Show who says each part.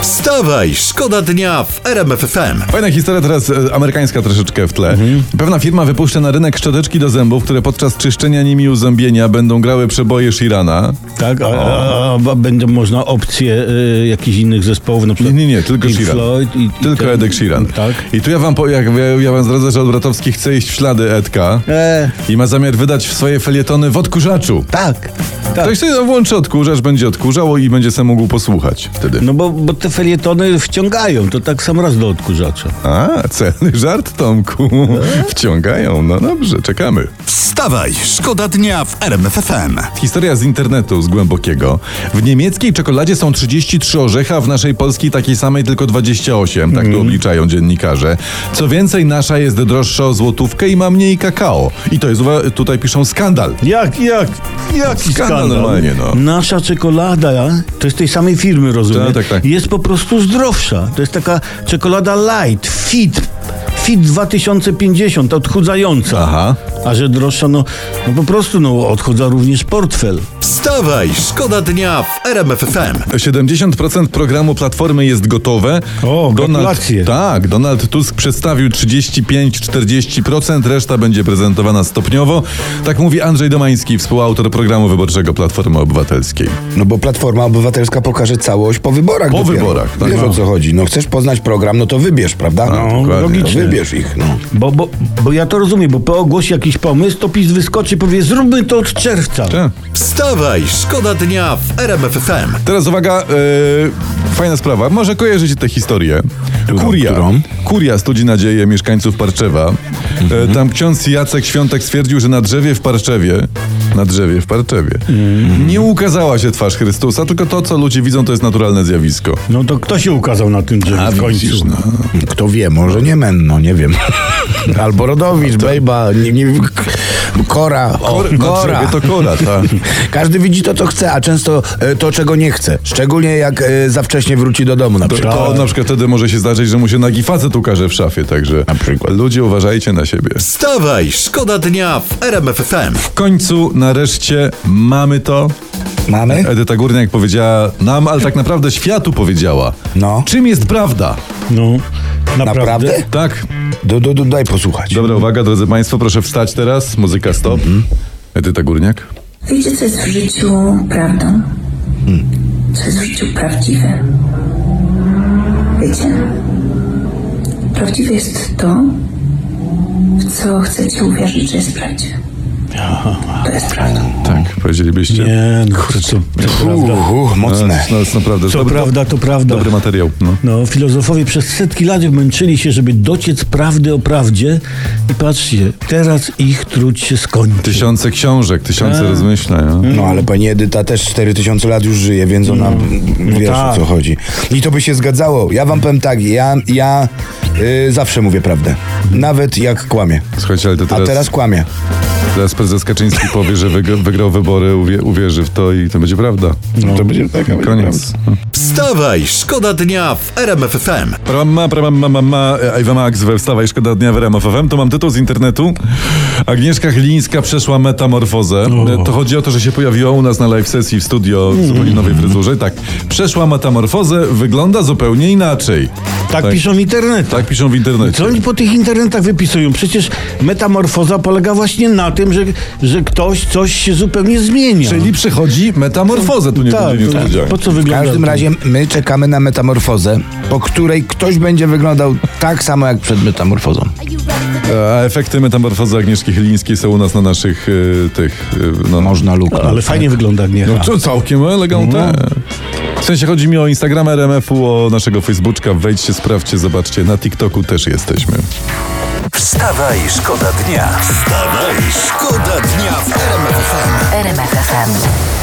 Speaker 1: Wstawaj, szkoda dnia w RMF FM.
Speaker 2: Fajna historia teraz e, amerykańska troszeczkę w tle.
Speaker 3: Mhm.
Speaker 2: Pewna firma wypuszcza na rynek szczoteczki do zębów, które podczas czyszczenia nimi uzębienia będą grały przeboje Shirana.
Speaker 3: Tak, a, a, a będzie można opcje y, jakichś innych zespołów, na
Speaker 2: Nie,
Speaker 3: przykład
Speaker 2: nie, nie, tylko
Speaker 3: Pink
Speaker 2: Sheeran.
Speaker 3: Floyd i, i
Speaker 2: Tylko
Speaker 3: ten-
Speaker 2: Edek Sheeran.
Speaker 3: Tak.
Speaker 2: I tu ja wam, po, jak, ja, ja wam zdradzę, że Odbratowski chce iść w ślady Edka
Speaker 3: E,
Speaker 2: i ma zamiar wydać swoje felietony w odkurzaczu.
Speaker 3: tak, tak.
Speaker 2: Ktoś sobie włączy odkurzacz, będzie odkurzało i będzie sam mógł posłuchać wtedy.
Speaker 3: No bo, bo te felietony wciągają, to tak sam raz do odkurzacza.
Speaker 2: A, celny żart, Tomku.
Speaker 3: E.
Speaker 2: Wciągają, no dobrze, czekamy.
Speaker 1: Wstawaj, szkoda dnia w RMF FM.
Speaker 2: Historia z internetu, z głębokiego. W niemieckiej czekoladzie są 33 orzecha, a w naszej polskiej takiej samej tylko 28, tak tu
Speaker 3: Mhm.
Speaker 2: obliczają dziennikarze. Co więcej, nasza jest droższa o złotówkę i ma mniej kakao. I to jest, uwa- tutaj piszą, skandal.
Speaker 3: Jak, jak?
Speaker 2: Jaki skandal normalnie, no.
Speaker 3: Nasza czekolada, to jest tej samej firmy, rozumiem,
Speaker 2: Tak, tak, tak.
Speaker 3: jest po prostu zdrowsza. To jest taka czekolada light, fit, fit 2050, odchudzająca.
Speaker 2: Aha.
Speaker 3: A że droższa, no, no po prostu no, odchudza również portfel.
Speaker 1: Wstawaj, szkoda dnia w RMF FM.
Speaker 2: 70% programu Platformy jest gotowe.
Speaker 3: O, gratulacje.
Speaker 2: Tak, Donald Tusk przedstawił 35-40%, reszta będzie prezentowana stopniowo. Tak mówi Andrzej Domański, współautor programu wyborczego Platformy Obywatelskiej.
Speaker 4: No bo Platforma Obywatelska pokaże całość po wyborach.
Speaker 2: Po
Speaker 4: dopiero.
Speaker 2: wyborach, tak,
Speaker 4: Wiesz
Speaker 2: no. Tak,
Speaker 4: o co chodzi. No chcesz poznać program, no to wybierz, prawda?
Speaker 3: No,
Speaker 2: dokładnie.
Speaker 4: To
Speaker 3: logicznie.
Speaker 4: wybierz ich, no.
Speaker 3: Bo, bo, bo ja to rozumiem, bo PO głosi jakiś pomysł, to PiS wyskoczy i powie, zróbmy to od czerwca.
Speaker 2: Tak.
Speaker 1: Wstawaj, szkoda dnia w RMF FM.
Speaker 2: Teraz uwaga, yy, fajna sprawa. Może kojarzycie tę historię. Kuria.
Speaker 4: którą?
Speaker 2: Kuria studzi nadzieję mieszkańców Parczewa.
Speaker 4: Mhm.
Speaker 2: E, tam ksiądz Jacek Świątek stwierdził, że na drzewie w Parczewie, na drzewie w Parczewie,
Speaker 4: Mhm.
Speaker 2: nie ukazała się twarz Chrystusa, tylko to, co ludzie widzą, to jest naturalne zjawisko.
Speaker 3: No to kto się ukazał na tym drzewie w końcu?
Speaker 2: widzisz, no.
Speaker 4: Kto wie, może nie Menno, nie wiem. Albo Rodowicz, Bejba, nie, nie, K- Kora. O,
Speaker 2: Tak. Kor- na
Speaker 4: kora.
Speaker 2: drzewie to kora, tak.
Speaker 4: Każdy widzi to, co chce, a często e, to, czego nie chce. Szczególnie jak e, za wcześnie wróci do domu na
Speaker 2: To,
Speaker 4: przykład.
Speaker 2: to na przykład wtedy może się zdarzyć, że mu się nagi facet ukaże w szafie, także
Speaker 4: Na przykład.
Speaker 2: ludzie uważajcie na siebie.
Speaker 1: Wstawaj, szkoda dnia w RMF FM.
Speaker 2: W końcu, nareszcie, mamy to.
Speaker 4: Mamy?
Speaker 2: Edyta Górniak powiedziała nam, ale tak naprawdę światu powiedziała.
Speaker 4: No.
Speaker 2: Czym jest prawda?
Speaker 3: No, naprawdę?
Speaker 4: Naprawdę?
Speaker 2: Tak.
Speaker 4: Do, do, do, daj posłuchać.
Speaker 2: Dobra uwaga, drodzy Państwo, proszę wstać teraz. Muzyka stop. Edyta Górniak.
Speaker 5: Wiecie, co jest w życiu prawdą? Co jest w życiu prawdziwe? Wiecie? Prawdziwe jest to, w co chcecie uwierzyć, że jest prawdziwe. To jest prawda.
Speaker 2: Tak, powiedzielibyście.
Speaker 3: Nie, no, to, co, to prawda.
Speaker 4: Uhu, mocne.
Speaker 2: No, jest naprawdę.
Speaker 3: Co
Speaker 2: dobry,
Speaker 3: prawda, to prawda.
Speaker 2: Dobry materiał. No.
Speaker 3: No, filozofowie przez setki lat męczyli się, żeby dociec prawdy o prawdzie i patrzcie, teraz ich trud się skończy.
Speaker 2: Tysiące książek, tysiące rozmyślań. No.
Speaker 4: No ale pani Edyta też 4000 lat już żyje, więc ona mm. wiesz
Speaker 3: tak.
Speaker 4: o co chodzi. I to by się zgadzało. Ja wam powiem tak, ja, ja y, zawsze mówię prawdę. Nawet jak kłamie.
Speaker 2: Słuchajcie, ale to
Speaker 4: A
Speaker 2: teraz,
Speaker 4: teraz kłamie.
Speaker 2: teraz prezes Kaczyński powie, że wygrał, wygrał wybory, uwie, uwierzy w to i to będzie prawda.
Speaker 4: To będzie taka
Speaker 2: Koniec.
Speaker 1: Wstawaj, szkoda dnia w RMF FM.
Speaker 2: Prama, prama, ma, ma, ma, Ewa Max we Wstawaj Szkoda Dnia w RMF FM. To mam tytuł z internetu. Agnieszka Chylińska przeszła metamorfozę. E, To chodzi o to, że się pojawiła u nas na live sesji w studio
Speaker 3: Mm.
Speaker 2: w zupełnie nowej fryzurze. Tak, przeszła metamorfozę, wygląda zupełnie inaczej.
Speaker 3: Tak,
Speaker 2: tak.
Speaker 3: piszą w internecie.
Speaker 2: Tak piszą w internecie.
Speaker 3: Co oni po tych internetach wypisują? Przecież metamorfoza polega właśnie na tym, że, że ktoś coś się zupełnie zmienia.
Speaker 2: Czyli przychodzi metamorfozę, tu nie
Speaker 3: tak,
Speaker 2: będzie
Speaker 3: to-
Speaker 2: niespodzianki.
Speaker 3: po co
Speaker 4: W
Speaker 3: wygląda?
Speaker 4: każdym
Speaker 3: to?
Speaker 4: razie my czekamy na metamorfozę, po której ktoś będzie wyglądał tak samo jak przed metamorfozą.
Speaker 2: E, A efekty metamorfozy Agnieszki Chylińskiej są u nas na naszych e, tych... e, No,
Speaker 4: Można luknąć.
Speaker 3: Ale fajnie wygląda Agniecha.
Speaker 2: No co, całkiem elegantne. W sensie chodzi mi o Instagram RMF-u, o naszego Facebooka. Wejdźcie, sprawdźcie, zobaczcie. Na TikToku też jesteśmy.
Speaker 1: Wstawaj, szkoda dnia. Wstawaj, szkoda dnia w RMF FM.
Speaker 6: RMFFM.